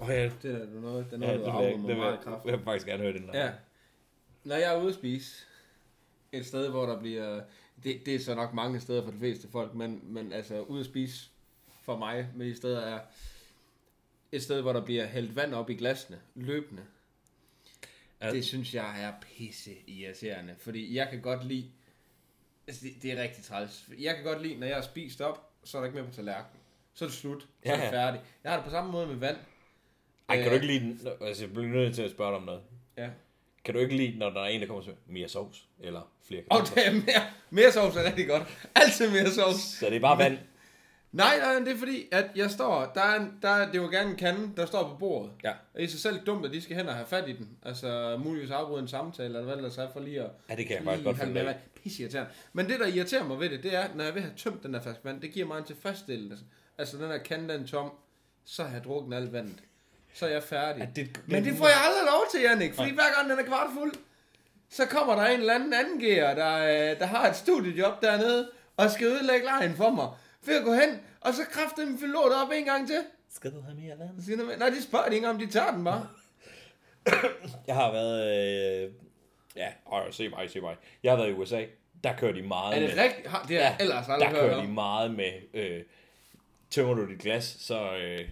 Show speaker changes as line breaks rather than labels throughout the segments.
Og jeg,
Det er da noget, det er
ja,
noget,
det
der
vil jeg,
afgår
det
med
vil jeg,
meget
det
kraft.
vil jeg faktisk gerne høre den der.
Ja. Når jeg er ude at spise et sted, hvor der bliver... Det, det er så nok mange steder for de fleste folk, men, men altså ude at spise for mig med de steder er et sted, hvor der bliver hældt vand op i glasene løbende.
Ja.
Ja. Det synes jeg er pisse irriterende, fordi jeg kan godt lide... Altså, det, det er rigtig træls. Jeg kan godt lide, når jeg har spist op, så er der ikke mere på tallerkenen. Så er det slut. Så er
Ja.
det færdigt. Jeg har det på samme måde med vand.
Ej, kan du ikke lide den? Nå, Altså, jeg bliver nødt til at spørge dig om noget.
Ja.
Kan du ikke lide, når der er en, der kommer til mere sovs? Eller flere
Og
kartofler?
det er mere, mere sovs er rigtig godt. Altid mere sovs.
Så det er bare vand.
Nej, nej, det er fordi, at jeg står, der er, en, der er det var gerne en kande, der står på bordet.
Ja.
Det er i sig selv dumt, at de skal hen og have fat i den. Altså, muligvis afbryde en samtale, eller hvad ellers er, for lige at...
Ja, det kan jeg faktisk godt finde ud af.
Pisse irriterende. Men det, der irriterer mig ved det, det er, at når jeg vil have tømt den her flaske vand, det giver mig en tilfredsstillelse. Altså, den her kande, den er tom, så har jeg drukket alt vandet. Så er jeg færdig.
Ja, det-
Men det får jeg aldrig lov til, Jannik, fordi hver gang den er kvart fuld, så kommer der en eller anden anden gear, der, øh, der har et studiejob dernede, og skal ødelægge lejen for mig. Ved at gå hen, og så kræfter dem fylde lortet op en gang til.
Skal du have mere vand?
Så siger de, Nej, de spørger de ikke om, de tager den bare.
Jeg har været... Øh... Ja, øh, se mig, se mig. Jeg har været i USA. Der kører de meget
Er det
med...
rigtigt? Har- Det har jeg ellers aldrig
der
hørt
kører de
om.
meget med... Øh... Tømmer du dit glas, så, øh...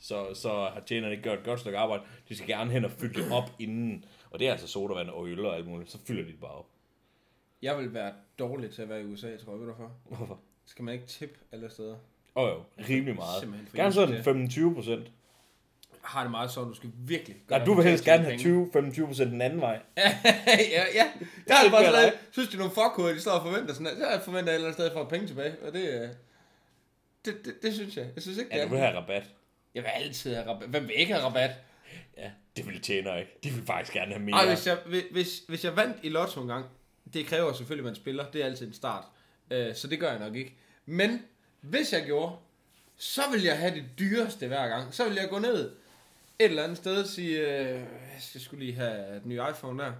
så, så har tjeneren ikke gjort et godt stykke arbejde. De skal gerne hen og fylde det op inden. Og det er altså sodavand og øl og alt muligt. Så fylder de det bare op.
Jeg vil være dårlig til at være i USA, tror jeg, ved du for.
Hvorfor?
Skal man ikke tip alle steder?
Åh oh, jo, rimelig meget.
Simpelthen for
Gerne sådan
irriterende.
25 procent.
Har det meget sådan, du skal virkelig gøre
Nej, du vil helst
dig
gerne have
penge.
20-25 procent den anden vej.
ja, ja. Jeg har
Det
bare
gør
sådan,
dig.
synes de er nogle fuckhoveder, de står og forventer sådan her. Jeg forventer et eller andet sted for penge tilbage, og det, øh, det, det, det synes jeg. Jeg synes ikke,
Ja, du
det
vil
er.
have rabat.
Jeg vil altid have rabat. Hvem vil ikke have rabat?
Ja, det vil tjener ikke. De vil faktisk gerne have mere.
Ej, hvis jeg, hvis- hvis, hvis jeg vandt i lotto en gang, det kræver selvfølgelig, at man spiller. Det er altid en start. Øh, så det gør jeg nok ikke. Men hvis jeg gjorde, så vil jeg have det dyreste hver gang. Så vil jeg gå ned et eller andet sted og sige, øh, jeg skal skulle lige have den nye iPhone der.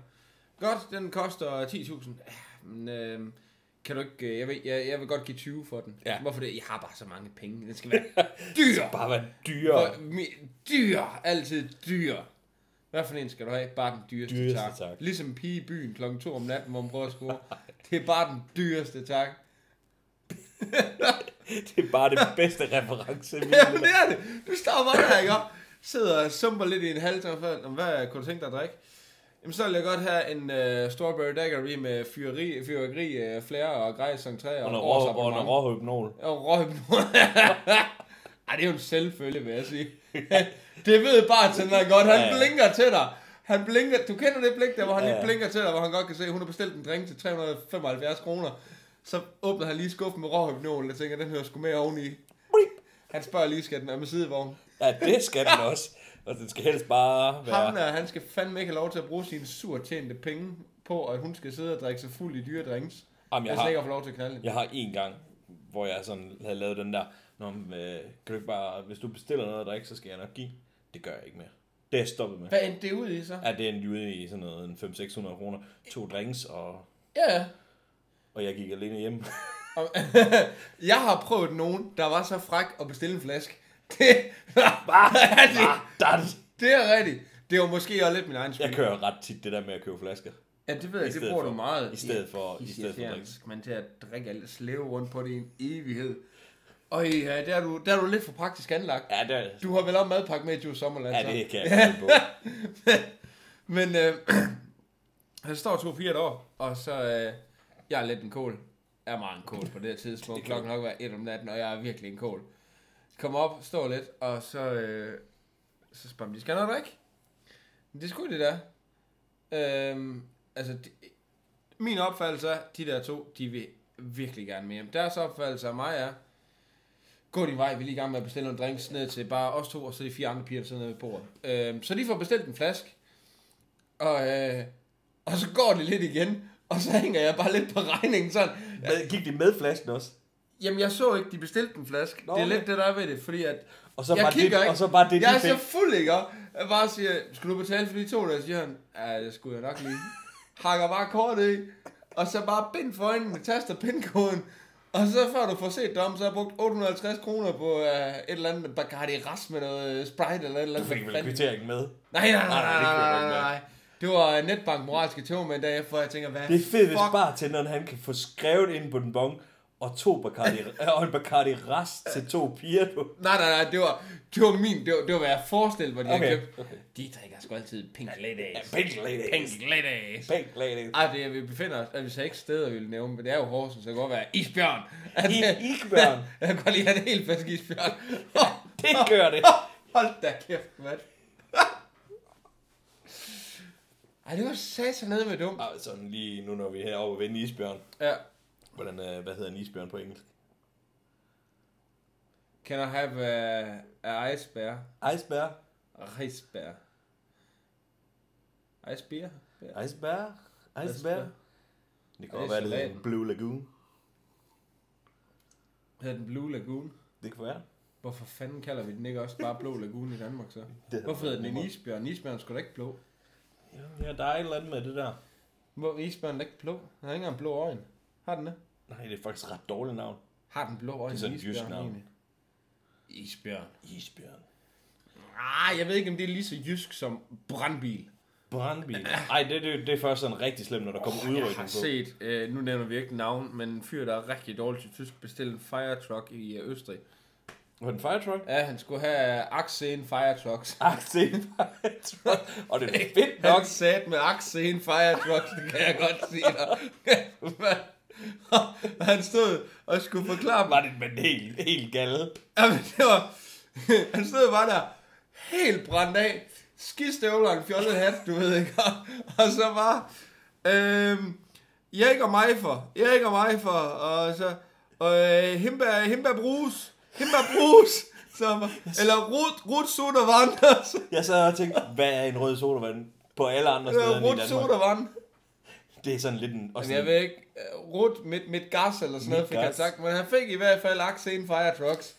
Godt, den koster 10.000. Ja, Men øh, kan du ikke, øh, jeg vil, jeg, jeg vil godt give 20 for den.
Ja.
Hvorfor det? Jeg har bare så mange penge. Den skal være dyr.
Bare være dyrere.
Og mi- Dyr, altid dyr. Hvad for en skal du have? Bare den dyreste,
Dyreste,
dyreste tak. tak.
tak.
Ligesom pige i byen klokken 2 om natten, hvor man prøver at score. Det er bare den dyreste tak.
Det er bare det bedste reference. vi-
Jamen det er det. Du står bare der, ikke? Og Sidder og sumper lidt i en halv time før. "Nå, Hvad kunne du tænke dig at drikke? Jamen så vil jeg godt have en uh, strawberry daiquiri med fyreri, fyrværkeri, uh, flære og grejs, entré og,
Og noget
års
rå- og noget
abonnement."
råhypnol.
Og røgblod. Ej, det er jo en selvfølge, vil jeg sige. det ved bartenderen godt. Han
Ja, ja.
blinker til dig. Han blinker, du kender det blik der, hvor han
Ja,
lige
ja.
blinker til dig, hvor han godt kan se, at hun har bestilt en drink til 375 kroner. Så åbner han lige skuffen med råhypnol, og tænker, den hører sgu med oveni. Han spørger lige, skal den være med sidevogn?
Ja, det skal den også. Og den skal helst bare
Ham
være...
der, han skal fandme ikke have lov til at bruge sine surt tjente penge på, at hun skal sidde og drikke sig fuld i dyre drinks.
Jamen, jeg
Hvis
har-
Altså, ikke har fået lov til at knalde hende.
Jeg har en gang, hvor jeg sådan havde lavet den der... Nå, men, øh, kan du ikke bare... Hvis du bestiller noget at drikke, så skal jeg nok give. Det gør jeg ikke mere. Det er jeg stoppet med.
Hvad endte det ud i så?
Ja, det endte ude i sådan noget, en 500-600 kroner. To drinks, og,
Ja, ja.
og jeg gik alene hjem.
Og- jeg har prøvet nogen, der var så fræk at bestille en flaske. Det,
Bare,
bare,
bare,
det er rigtigt. Det var måske også lidt min egen
Jeg
skyld.
kører ret tit det der med at købe flasker.
Ja, det ved jeg,
I
det
stedet
bruger
for-
du meget.
i stedet for- i stedet for
drinks.
drinks.
Skal man til at drikke alt slæve rundt på det i en evighed. Og ja, der er du, der er du lidt for praktisk anlagt.
Ja, det,
Du har vel også madpakke med i Juice Sommerland,
ja,
så?
det kan jeg ikke finde på.
Men øh, han står to piger deroppe, og så... Øh, jeg er lidt en kål. Jeg er meget en kål på det her tidspunkt. Klokken nok var et om natten, og jeg er virkelig en kål. Kommer op, står lidt, og så... Øh, så spørger man, de skal have noget drik? Men det skulle det der. Øhm, altså, de, min opfattelse er, de der to, de vil virkelig gerne med hjem. Deres opfattelse af mig er, gå din vej, vi er lige i gang med at bestille nogle drinks ned til bare os to, og så de fire andre piger, der sidder nede ved bordet. Øhm, så de får bestilt en flaske, og, øh, og så går det lidt igen, og så hænger jeg bare lidt på regningen sådan.
Men gik de med flasken også?
Jamen, jeg så ikke, de bestilte en flaske.
Nå,
det er
okay.
lidt det, der er ved det, fordi at...
Og så
jeg
bare det-
kigger ikke.
og så bare det, de
Jeg er så
fik.
fuld, ikke? Og Jeg bare siger, skal du betale for de to der? Siger han, ja, det skulle jeg nok lige. Hakker bare kortet i. Og så bare bind for øjnene, taster pindkoden. Og så før du får set det om, så har jeg brugt 850 kroner på øh, et eller andet med Bacardi Ras med noget øh, Sprite eller et eller
Du
andet.
fik vel
Fanden-
kvitteringen med?
Nej, nej, nej,
Nej, det
nej,
kan jeg
nej,
godt
nej,
være.
nej. Det var øh, netbank moralske tog med en dag, for jeg tænker, hvad?
Det er fedt, hvis
fuck?
bartenderen han kan få skrevet ind på den bong, og to Bacardi, øh, og en Bacardi rest til to piger. Du.
Nej, nej, nej, det var, det var min, det var, det var hvad jeg forestillede mig, de okay.
Okay,
havde købt. Okay. De drikker sgu altid pink ladies.
Pink ladies.
Pink ladies.
Pink ladies.
Ej, det er, vi befinder os, at vi så ikke steder, vi vil nævne, men det er jo Horsens, så det kan godt være isbjørn. Altså,
I- Isbjørn.
jeg kan godt lide, at det er helt fast isbjørn.
Det gør det.
Hold da kæft, mand. Ej, det var satan nede med dumt.
Ah, Sådan lige nu, når vi er heroppe og vende isbjørn.
Ja.
Hvordan, øh, hvad hedder en isbjørn på engelsk?
Can I have a, a ice bear?
Iceberg.
Ice bear. Ice beer? beer.
Iceberg. Iceberg.
Iceberg. Og
Det kan godt
det er
være, det hedder
salaten.
en Blue Lagoon.
Hedder den Blue Lagoon?
Det kan være.
Hvorfor fanden kalder vi den ikke også bare Blå Lagoon i Danmark så?
Det er
Hvorfor hedder den en
nemmere.
isbjørn? Isbjørn skulle da ikke blå.
Jamen, Ja, der er et eller andet med det der.
Hvor isbjørn er ikke blå? Den har ikke engang blå øjne. Har den det?
Nej, det er faktisk et ret dårligt navn.
Har den blå øjne?
sådan et jysk
isbjørn
navn.
egentlig? Isbjørn.
Isbjørn.
Ah, jeg ved ikke, om det er lige så jysk som brandbil.
Brandbil. Ej, det, det, det er først sådan rigtig slemt, når der kommer
Jeg har
udrykning på.
set, øh, nu nævner vi ikke navn, men en fyr, der er rigtig dårlig til tysk, bestilte en firetruck i øh, Østrig.
Var den firetruck?
Ja, han skulle have Axen firetrucks.
Aktie firetruck. Og det er fedt nok.
Nok sat med Axen firetrucks, det kan jeg godt sige dig. han stod og skulle forklare mig.
Var det en helt, helt galle?
Jamen, det var, han stod bare der helt brændt af. Skistøvler og en fjollet hat, du ved ikke. Og, og så var... Øhm, Erik og mig for. Erik og mig for. Og så... Og øh, Himba, Himba Bruce. Himba Bruce. Som, eller Rut, Rut Sodavand.
Jeg sad og tænkte, hvad er en rød sodavand på alle andre steder end i
Rut
Danmark?
Sodavand.
Det er sådan lidt en... Også
Men jeg
en-
ved ikke, øh, Rut mit, mit gas eller sådan noget fik han
gas.
sagt, men han fik i hvert fald Axen Fire Trucks.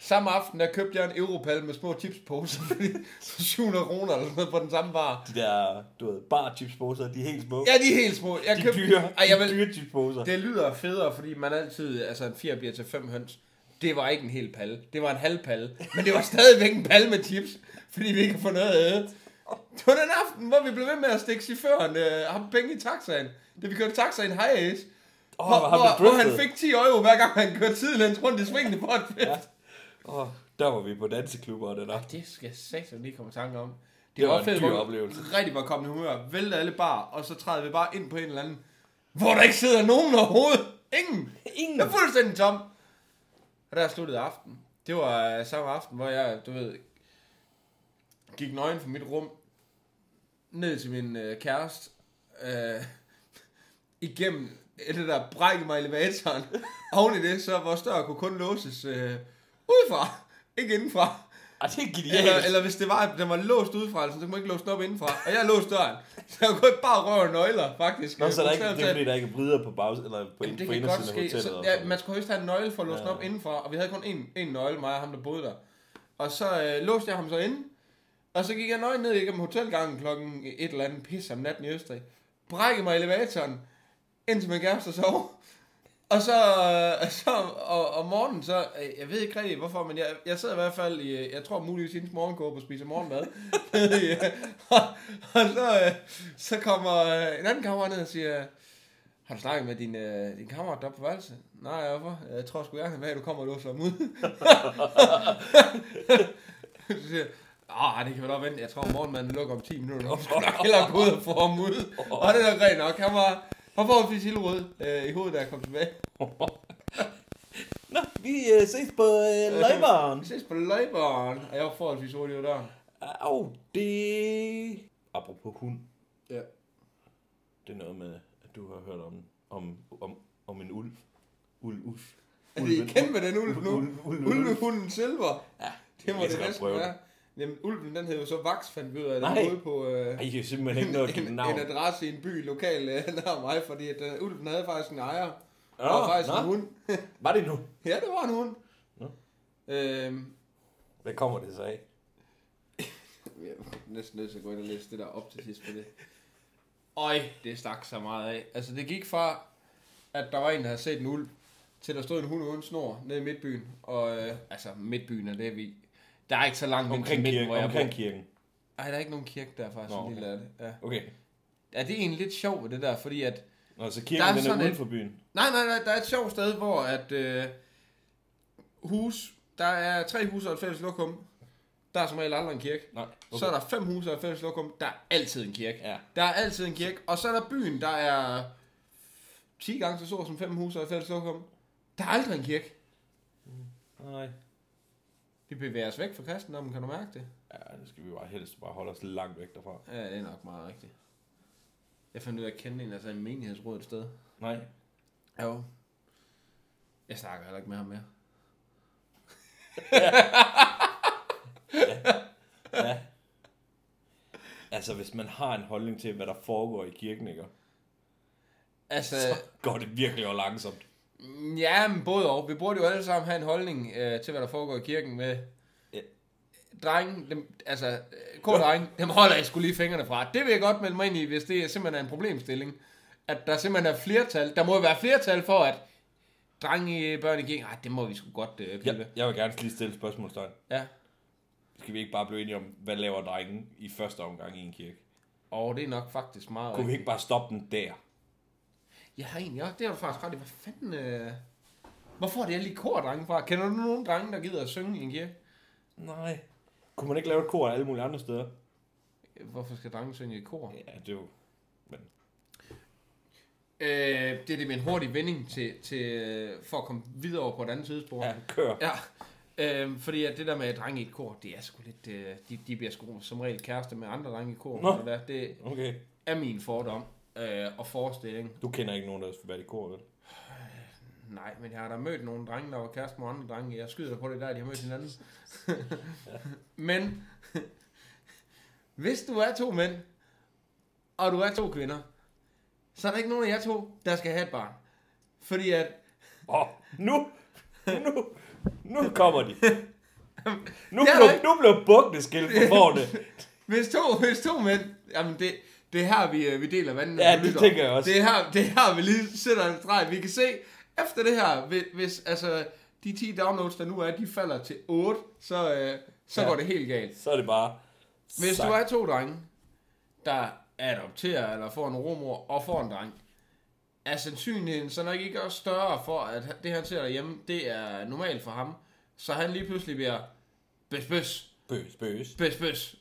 Samme aften, der købte jeg en Europal med små chipsposer, fordi for 700 kroner eller sådan noget på den samme bar.
de der, du ved, bar chipsposer, de er helt små.
Ja, de er helt små. Jeg
de er
købte,
dyre,
Ej, jeg
de er
vil,
dyre chipsposer.
det lyder federe, fordi man altid, altså en 4 bliver til 5 høns. Det var ikke en hel palle, det var en halv palle, men det var stadigvæk en palle med chips, fordi vi ikke kunne få noget at æde. Det var den aften, hvor vi blev ved med at stikke chaufføren øh, ham penge i taxaen. Da vi kørte taxaen high ace,
Åh,
hvor,
hvor har
hvor,
vi
hvor han
driftet?
fik 10 euro, hver gang han kørte sidelæns rundt i svingene på et fest.
Ja. Åh, der var vi på danseklubber og det der.
Det skal jeg satan lige komme i tanke om. Det,
var en
fedt,
dyr
hvor vi
oplevelse.
Rigtig var kommet i humør, vælter alle bar, og så træder vi bare ind på en eller anden, hvor der ikke sidder nogen overhovedet. Ingen.
Ingen.
Jeg er fuldstændig tom. Og der sluttede aften. Det var øh, samme aften, hvor jeg, du ved, gik nøgen fra mit rum ned til min øh, kæreste, øh, igennem det der bræk mig i elevatoren. Oven i det, så vores dør kunne kun låses øh, udefra, ikke indenfra.
Ej, det er genialt.
Eller, eller hvis det var, at den var låst udefra, så kunne man ikke låse den op indenfra. Og jeg låste døren. Så jeg kunne bare røre nøgler, faktisk.
Nå, så er der ikke,
Bogstaveligt
det er
talt.
fordi, der ikke er bryder på bags, eller på,
Jamen,
Jamen,
det
på
kan
indersiden
godt
af
ske.
hotellet.
Så,
og sådan
ja,
noget.
man skulle helst have en nøgle for at låse den
Ja.
op indenfra, og vi havde kun én, én nøgle, mig og ham, der boede der. Og så øh, låste jeg ham så inde, og så gik jeg nøgen ned igennem hotelgangen klokken et eller andet pis om natten i Østrig. Brækkede mig i elevatoren, indtil min kæreste sov. Og så, øh, så og, og morgenen, så, øh, jeg ved ikke rigtig hvorfor, men jeg, jeg sidder i hvert fald i, øh, jeg tror muligvis i hendes morgenkåbe og spiser morgenmad. Ja. og, og så, øh, så kommer øh, en anden kammerat ned og siger, har du snakket med din, øh, din kammerat deroppe på værelset? Nej, hvorfor? Øh, Jeg tror sgu gerne, at du kommer og låser ham ud. så siger jeg, Ah, det kan vi nok vente. Jeg tror, morgenmanden lukker om 10 minutter. Jeg skulle nok hellere gå ud og få ham ud. Og det er da rent nok. Han var, han var forholdsvis ildrød øh, i hovedet, da jeg kom tilbage.
Nå, vi øh, ses på øh, løjbaren.
Vi ses på løberen. Og jeg var forholdsvis hurtig ud af døren.
Au, det... Apropos hund.
Ja.
Det er noget med, at du har hørt om, om, om, om en ulv. Ulv, ulv.
Altså, Er det kendt med den ulv nu?
Ulv, ulv, ulv.
Ulvehunden Silver.
Ja,
Det må
jeg
det
skal nok
næsten
prøve
være. Jamen, ulven, den hed jo så Vax, fandt vi ud af.
Nej.
Den boede på... Øh,
Ej, jeg har simpelthen ikke noget at give
en,
navn.
en adresse i en by lokal øh, nær mig, fordi at, øh, ulven havde faktisk en ejer.
Nå,
og faktisk
nå.
en hund.
Var det nu?
ja, det var en hund.
Nå.
Øhm,
Hvad kommer det så af?
jeg er næsten nødt til at gå ind og læse det der op til sidst på det. Øj, det stak så meget af. Altså, det gik fra, at der var en, der havde set en ulv, til der stod en hund uden snor nede i midtbyen. Og, øh, altså, midtbyen er det, vi... Der er ikke så langt ind til
Omkring
midten,
kirken.
hvor jeg bor.
Omkring kirken.
Ej, der er ikke nogen kirke der, faktisk.
Nå,
Nå,
okay.
okay. lille af det. Ja.
Okay.
ja, det er egentlig lidt sjovt, ved det der, fordi at...
Nå, så
Der
kirken
er
den er
sådan
uden
et-
for byen.
Nej, nej, nej, der er et sjovt sted, hvor at øh, hus, der er tre huse og et fælles lokum. Der er som regel aldrig en kirke.
Nej.
Okay. Så er der fem huse og et fælles lokum. Der er altid en kirke.
Ja.
Der er altid en kirke. Og så er der byen, der er 10 gange så stor som fem huse og et fælles lokum. Der er aldrig en kirke.
Nej.
Vi bevæger os væk fra kristendommen, kan du mærke det?
Ja, det skal vi jo bare helst bare holde os langt væk derfra.
Ja, det er nok meget rigtigt. Jeg fandt ud af at kende en, der sagde i menighedsrådet et sted.
Nej.
Jo. Jeg snakker heller ikke med ham mere.
Altså, hvis man har en holdning til, hvad der foregår i kirken, ikke?
Altså,
så går det virkelig og langsomt.
Ja, men både og. Vi burde jo alle sammen have en holdning øh, til, hvad der foregår i kirken med...
Ja.
Drenge, dem, altså, øh, kort drenge, dem holder jeg skulle lige fingrene fra. Det vil jeg godt melde mig ind i, hvis det simpelthen er en problemstilling. At der simpelthen er flertal. Der må jo være flertal for, at drenge i børn i kirken, ej, det må vi sgu godt øh,
Ja,
pille. ved."
jeg vil gerne lige stille et spørgsmålstegn.
ja.
Skal vi ikke bare blive enige om, hvad laver drengen i første omgang i en kirke?
Og det er nok faktisk meget...
Kunne vi ikke bare stoppe den der?
Jeg har egentlig også, det har du faktisk ret i. Hvad fanden... Øh... Hvorfor er det alle de kordrenge fra? Kender du nogen drenge, der gider at synge i en kirke?
Nej. Kunne man ikke lave et kor alle mulige andre steder?
Hvorfor skal drenge synge i kor?
Ja, det er jo... Men
Øh, det er det med en hurtig vending til, til, øh, for at komme videre over på et andet tidsspor.
ja, kør.
ja. Øh, fordi at det der med at drenge i et kor, det er sgu lidt... Øh, de, de bliver sgu som regel kærester med andre drenge i kor.
Nå.
Og der, det
Okay.
er min fordom øh, og forestilling.
Du kender ikke nogen, der har været i kor, vel?
Nej, men jeg har da mødt nogle drenge, der var kærester med andre drenge. Jeg skyder da på det der, at de har mødt hinanden. men hvis du er to mænd, og du er to kvinder, så er der ikke nogen af jer to, der skal have et barn. Fordi at
Åh, oh, nu, nu, nu kommer de. Nu
Det er
blev,
der ikke.
nu blev bukkene skilt på forne.
Hvis to, hvis to mænd, jamen det, det er her, vi, øh, vi deler vandene.
Ja,
på
det
lytter.
tænker jeg også.
Det er her, det er her vi lige sætter en streg. Vi kan se, efter det her, hvis, hvis altså, de 10 downloads, der nu er, de falder til 8, så, øh, så
Ja.
ja. går det helt galt.
Så er det bare...
Hvis
sagt.
du er to drenge, der adopterer eller får en romor og får en dreng, er sandsynligheden så nok ikke også større for, at det han ser derhjemme, det er normalt for ham, så han lige pludselig bliver bøs, bøs,
Bøs, bøs.
Bøs, bøs.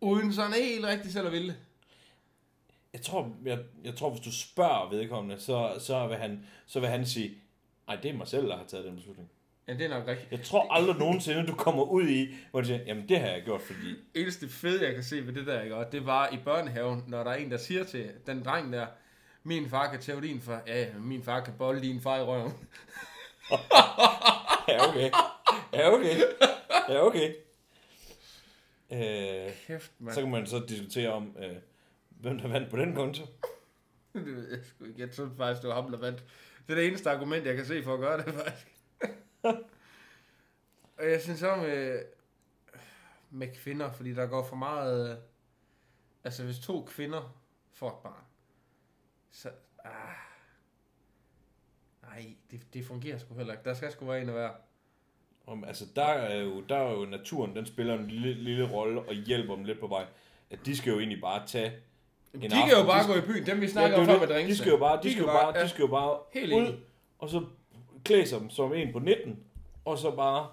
Uden sådan helt rigtig selv at ville. det.
Jeg tror, jeg, jeg tror, hvis du spørger vedkommende, så, så, vil, han, så vil han sige, nej, det er mig selv, der har taget den beslutning.
Ja, det er nok rigtigt.
Jeg tror aldrig nogensinde, du kommer ud i, hvor du siger, jamen det har jeg gjort, fordi...
Eneste fede, jeg kan se ved det der, ikke? Og det var i børnehaven, når der er en, der siger til den dreng der, min far kan tæve din far. Ja, ja, min far kan bolle din far i røven.
Ja, okay. Ja, okay. Ja, okay. Øh,
Kæft, mand.
så kan man så diskutere om, øh, hvem der vandt på den konto.
Det ved jeg sgu ikke. Jeg troede faktisk, det var ham, der vandt. Det er det eneste argument, jeg kan se for at gøre det, faktisk. og jeg synes om med, med kvinder, fordi der går for meget... øh, Altså, hvis to kvinder får et barn, så... Ah, nej, det, det fungerer sgu heller ikke. Der skal sgu være en af hver.
Om, altså, der er, jo, der er jo naturen, den spiller en lille, lille rolle og hjælper dem lidt på vej. At de skal jo egentlig bare tage...
De
aften,
kan jo bare
de
gå i byen. Dem, vi
Ja, det
snakker
er
om
jo
før med
det.
drinks.
de skal jo bare, de skal jo bare, de
ja.
skal jo bare
Helt
ud,
enig.
og så klæde sig som en på 19, og så bare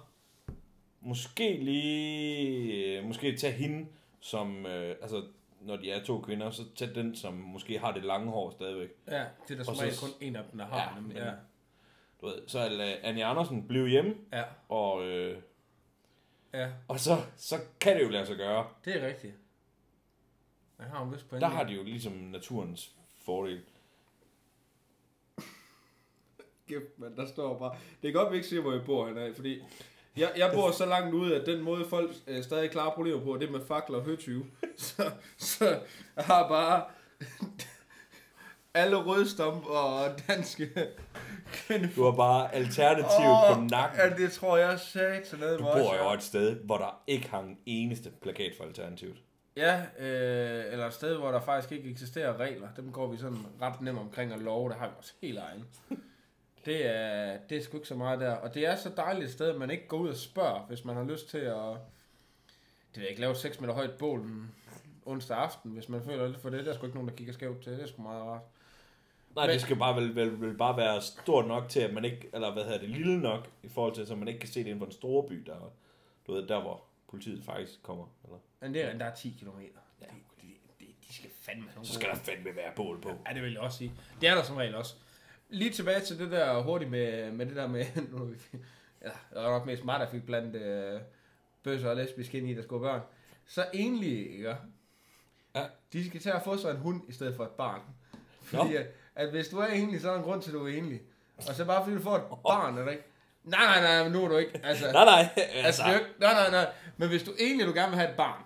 måske lige, måske tage hende som, øh, altså når de er to kvinder, så tag den, som måske har det lange hår stadigvæk.
Ja, det er der
Og
som
så-
regel kun en af dem, der har.
Ja,
dem.
men-
ja.
Du ved, så lad Annie Andersen blive hjemme,
ja,
og, øh,
ja.
og så, så kan det jo lade sig gøre.
Det er rigtigt. Jeg har en vis pointe.
Der har de jo ligesom naturens fordel.
kæft, man, der står bare... Det er godt, vi ikke siger, hvor jeg bor henne af, fordi... Jeg, jeg bor så langt ude, at den måde, folk øh, stadig klarer problemer på, det er med fakler og høtyve. Så, så jeg har bare alle rødstump og danske kvinde.
Du har bare alternativet oh, på nakken.
Ja, det tror jeg sagde til noget.
Du bor jo et sted, hvor der ikke hang en eneste plakat for Alternativet.
Ja, øh, eller et sted, hvor der faktisk ikke eksisterer regler. Dem går vi sådan ret nemt omkring at love. Der har vi også helt egen. Det er, det er sgu ikke så meget der. Og det er så dejligt et sted, at man ikke går ud og spørger, hvis man har lyst til at det ved jeg ikke, lave 6 meter højt bål en onsdag aften, hvis man føler lidt for det. Der er sgu ikke nogen, der kigger skævt til. Det er sgu meget rart.
Nej,
Men-
det skal bare vel, vel, vel bare være stort nok til, at man ikke, eller hvad hedder det, lille nok, i forhold til, så man ikke kan se det inden for den store by, der, du ved, der hvor politiet faktisk kommer. Eller?
Men det er, der er 10 km. Ja. De, de, de, de, skal fandme have nogle
Så skal der fandme være bål på.
Ja, det vil jeg også sige. Det er der som regel også. Lige tilbage til det der hurtigt med, med det der med, nu er vi, ja, det var nok mest mig, der fik blandt øh, bøsser og lesbisk ind i, der skulle have børn. Så egentlig, ikke?
Ja.
De skal til at få sig en hund i stedet for et barn. Fordi at, at, hvis du er enlig, så er der en grund til, at du er enlig. Og så bare fordi du får et barn, er det ikke? Nej, nej, nej, men nu er du ikke. Altså,
Nej, nej,
altså,
altså.
det er jo ikke, nej, nej, nej. Men hvis du egentlig du gerne vil have et barn,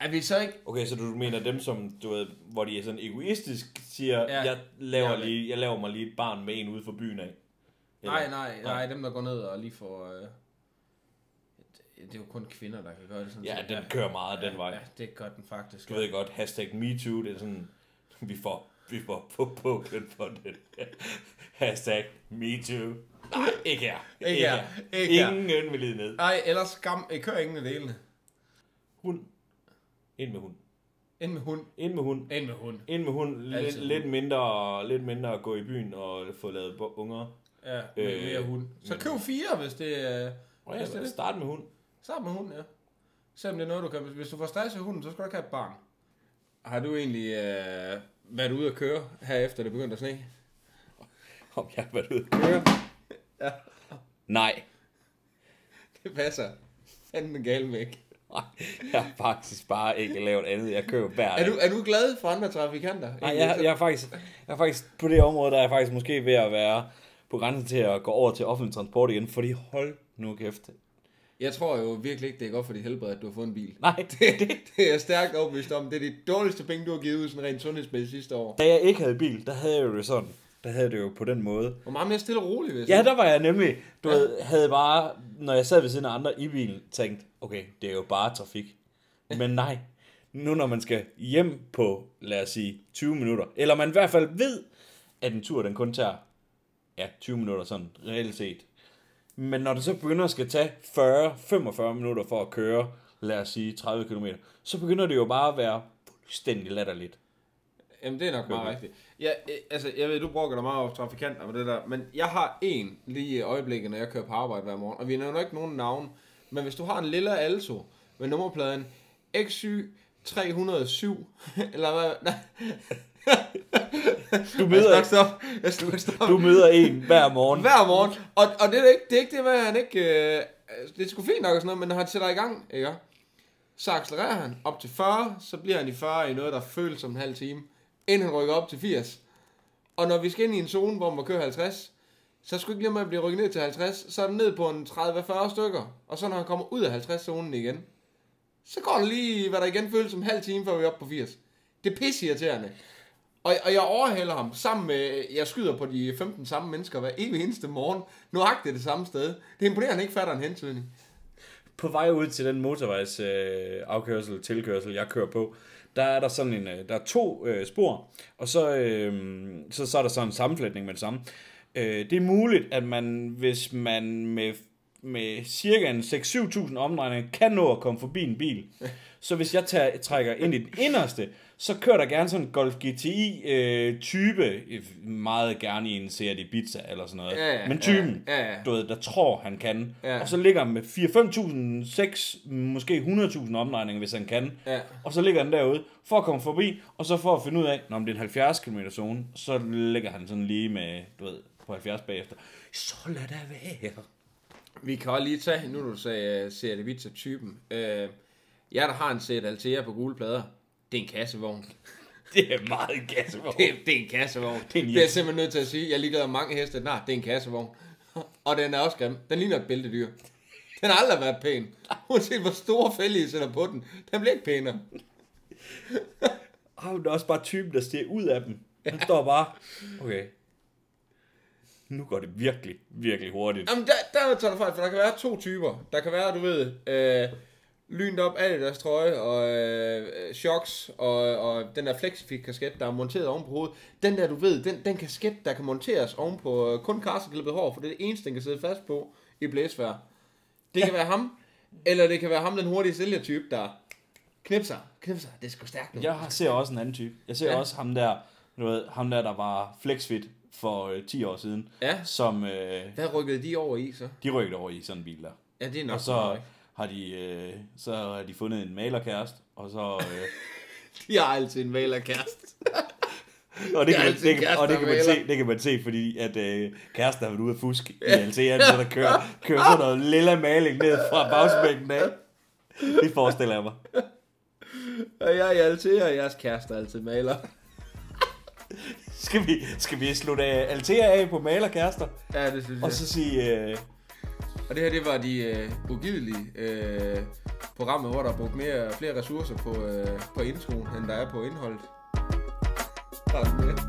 er vi så ikke
Okay, så du mener dem, som, du ved, hvor de er sådan egoistisk siger,
Ja.
ja. jeg, laver
Ja, men-
lige, jeg laver mig lige et barn med en ude for byen af. Eller-
Nej, nej, nej, dem der går ned og lige får... Øh, det det er jo kun kvinder, der kan gøre det sådan
Ja,
set.
den kører meget den vej.
Ja, det gør den faktisk.
Du ved godt, hashtag MeToo, det er sådan, vi får, vi får på puklen for det. hashtag MeToo. Nej, ikke her.
Ikke her. Ikke her.
Ingen her. vil lide ned.
Nej, ellers skam, jeg kører ingen af delene.
Hund. Ind med hund.
Ind med hund.
Ind med hund.
Ind med hund.
Ind med hund. Lidt,
Altid.
lidt, mindre, lidt mindre at gå i byen og få lavet bo- unger.
Ja, med
Øh,
mere hund. Så køb fire, hvis det er... Øh,
Og
hvis det er
jeg
det.
starte med hund.
Sammen med hunden, ja. Selvom det er noget, du kan... Hvis du får stress af hunden, så skal du ikke have et barn. Har du egentlig øh, været ude at køre, her efter det begyndte at sne?
Om jeg har været ude at køre.
Ja.
Nej.
Det passer. Fanden gal væk.
Nej, jeg har faktisk bare ikke lavet andet. Jeg kører hver
Er du, er du glad for andre trafikanter?
Nej, jeg, jeg, er faktisk, jeg er faktisk på det område, der er jeg faktisk måske ved at være på grænsen til at gå over til offentlig transport igen, fordi hold nu kæft.
Jeg tror jo virkelig ikke, det er godt for dit helbred, at du har fået en bil.
Nej, det, det.
Det er jeg stærkt overbevist om. Det er de dårligste penge, du har givet ud sådan rent sundhedsmæssigt sidste år.
Da jeg ikke havde bil, der havde jeg jo det sådan. Der havde jeg det jo på den måde.
Hvor meget mere stille og roligt, hvis
Ja, der var jeg nemlig, du ja. ved, havde bare, når jeg sad ved siden af andre i bilen, tænkt, okay, det er jo bare trafik. Men nej, nu når man skal hjem på, lad os sige, 20 minutter, eller man i hvert fald ved, at en tur den kun tager, ja, 20 minutter sådan, reelt set. Men når det så begynder at skal tage 40-45 minutter for at køre, lad os sige 30 km, så begynder det jo bare at være fuldstændig latterligt.
Jamen, det er nok meget rigtigt. Ja, øh, altså, jeg ved, du brokker dig meget over trafikanter og det der, men jeg har en lige i øjeblikket, når jeg kører på arbejde hver morgen, og vi nævner ikke nogen navn, men hvis du har en lille Alto med nummerpladen XY 307, eller hvad? Nej.
Du
Jeg skal
møder,
nok stoppe. Jeg skal nok stoppe.
du møder en hver morgen.
Hver morgen. Og, og det, er ikke, det er ikke det med, at han ikke... Øh, altså, det er sgu fint nok og sådan noget, men når han sætter i gang, ikke? Så accelererer han op til 40, så bliver han i 40 i noget, der føles som en halv time, inden han rykker op til 80. Og når vi skal ind i en zone, hvor man må køre 50, så skulle ikke lige med at blive rykket ned til 50, så er den ned på en 30-40 stykker. Og så når han kommer ud af 50-zonen igen, så går det lige, hvad der igen føles som en halv time, før vi er oppe på 80. Det er pisseirriterende. Og, og jeg overhælder ham sammen med, jeg skyder på de 15 samme mennesker hver evig eneste morgen. Nuagtigt det samme sted. Det er imponerende, han ikke fatter en hentydning.
på vej ud til den motorvejs øh, afkørsel, tilkørsel, jeg kører på, der er der sådan en, øh, der er to øh, spor, og så, øh, så, så er der sådan en sammenflætning med det samme. Øh, det er muligt, at man, hvis man med, med cirka en 6-7.000 omdrejninger kan nå at komme forbi en bil, så hvis jeg tager, trækker ind i den inderste, så kører der gerne sådan en Golf GTI-type, øh, meget gerne i en Seat Ibiza eller sådan noget,
Ja, ja,
men typen,
ja, ja, ja.
du ved, der tror, han kan.
Ja.
Ja. Og så ligger han med 4-5.000, 6, måske 100.000 omdrejninger, hvis han kan.
Ja.
Og så ligger han derude for at komme forbi, og så for at finde ud af, når det er en 70 km zone, så ligger han sådan lige med, du ved, på 70 bagefter. Så lad da være.
Vi kan også lige tage, nu du sagde uh, Seat Ibiza-typen. Uh, jeg, der har en Seat Altea på gule plader, det er en kassevogn.
Det er meget gas.
Det, er- det er en kassevogn. Det er,
en
det er jeg simpelthen nødt til at sige. Jeg er ligeglad med mange heste. Nej, det er en kassevogn. Og den er også grim. Den ligner et bæltedyr. Den har aldrig været pæn. Uanset hvor store fælge I sætter på den. Den bliver ikke pænere.
Og det er også bare typen, der stiger ud af dem. Han står bare, okay, nu går det virkelig, virkelig hurtigt.
Jamen, der, der tager du fejl, for der kan være to typer. Der kan være, du ved, øh, lynt op Adidas trøje og øh, shocks og, og den der flexifik kasket, der er monteret oven på hovedet. Den der, du ved, den, den kasket, der kan monteres oven på øh, kun karseklippet hår, for det er det eneste, den kan sidde fast på i blæsvær. Det kan være ham, eller det kan være ham, den hurtige sælgertype, der knipser, knipser, det er sgu stærkt nu.
Jeg har- ser også en anden type. Jeg ser
Ja.
ja. også ham der, du ved, ham der, der var flexfit for øh, 10 år siden,
Ja.
som øh,
Hvad rykkede de over i så?
de rykkede over i sådan en bil der.
Ja, det er nok.
Og så har de, øh, så har de fundet en malerkæreste, og så... Øh,
De har altid en malerkæreste.
Og det
Der er
kan, man,
altid
det, kan, og det
kærester,
kan man
der maler.
se, det kan man se, fordi at øh, kæresten har været ude at fuske i LTA'en, så der kører, kører sådan noget lilla maling ned fra bagspækken af. Det forestiller jeg mig.
Og jeg er altid, og jeres kæreste er altid maler.
Skal vi, skal vi slutte øh, Altea af på malerkærester,
Ja, det synes jeg.
og så sige, øh,
Og det her, det var de øh, ugidelige øh, programmer, hvor der er brugt mere, flere ressourcer på, øh, på introen, end der er på indholdet. Tak for det.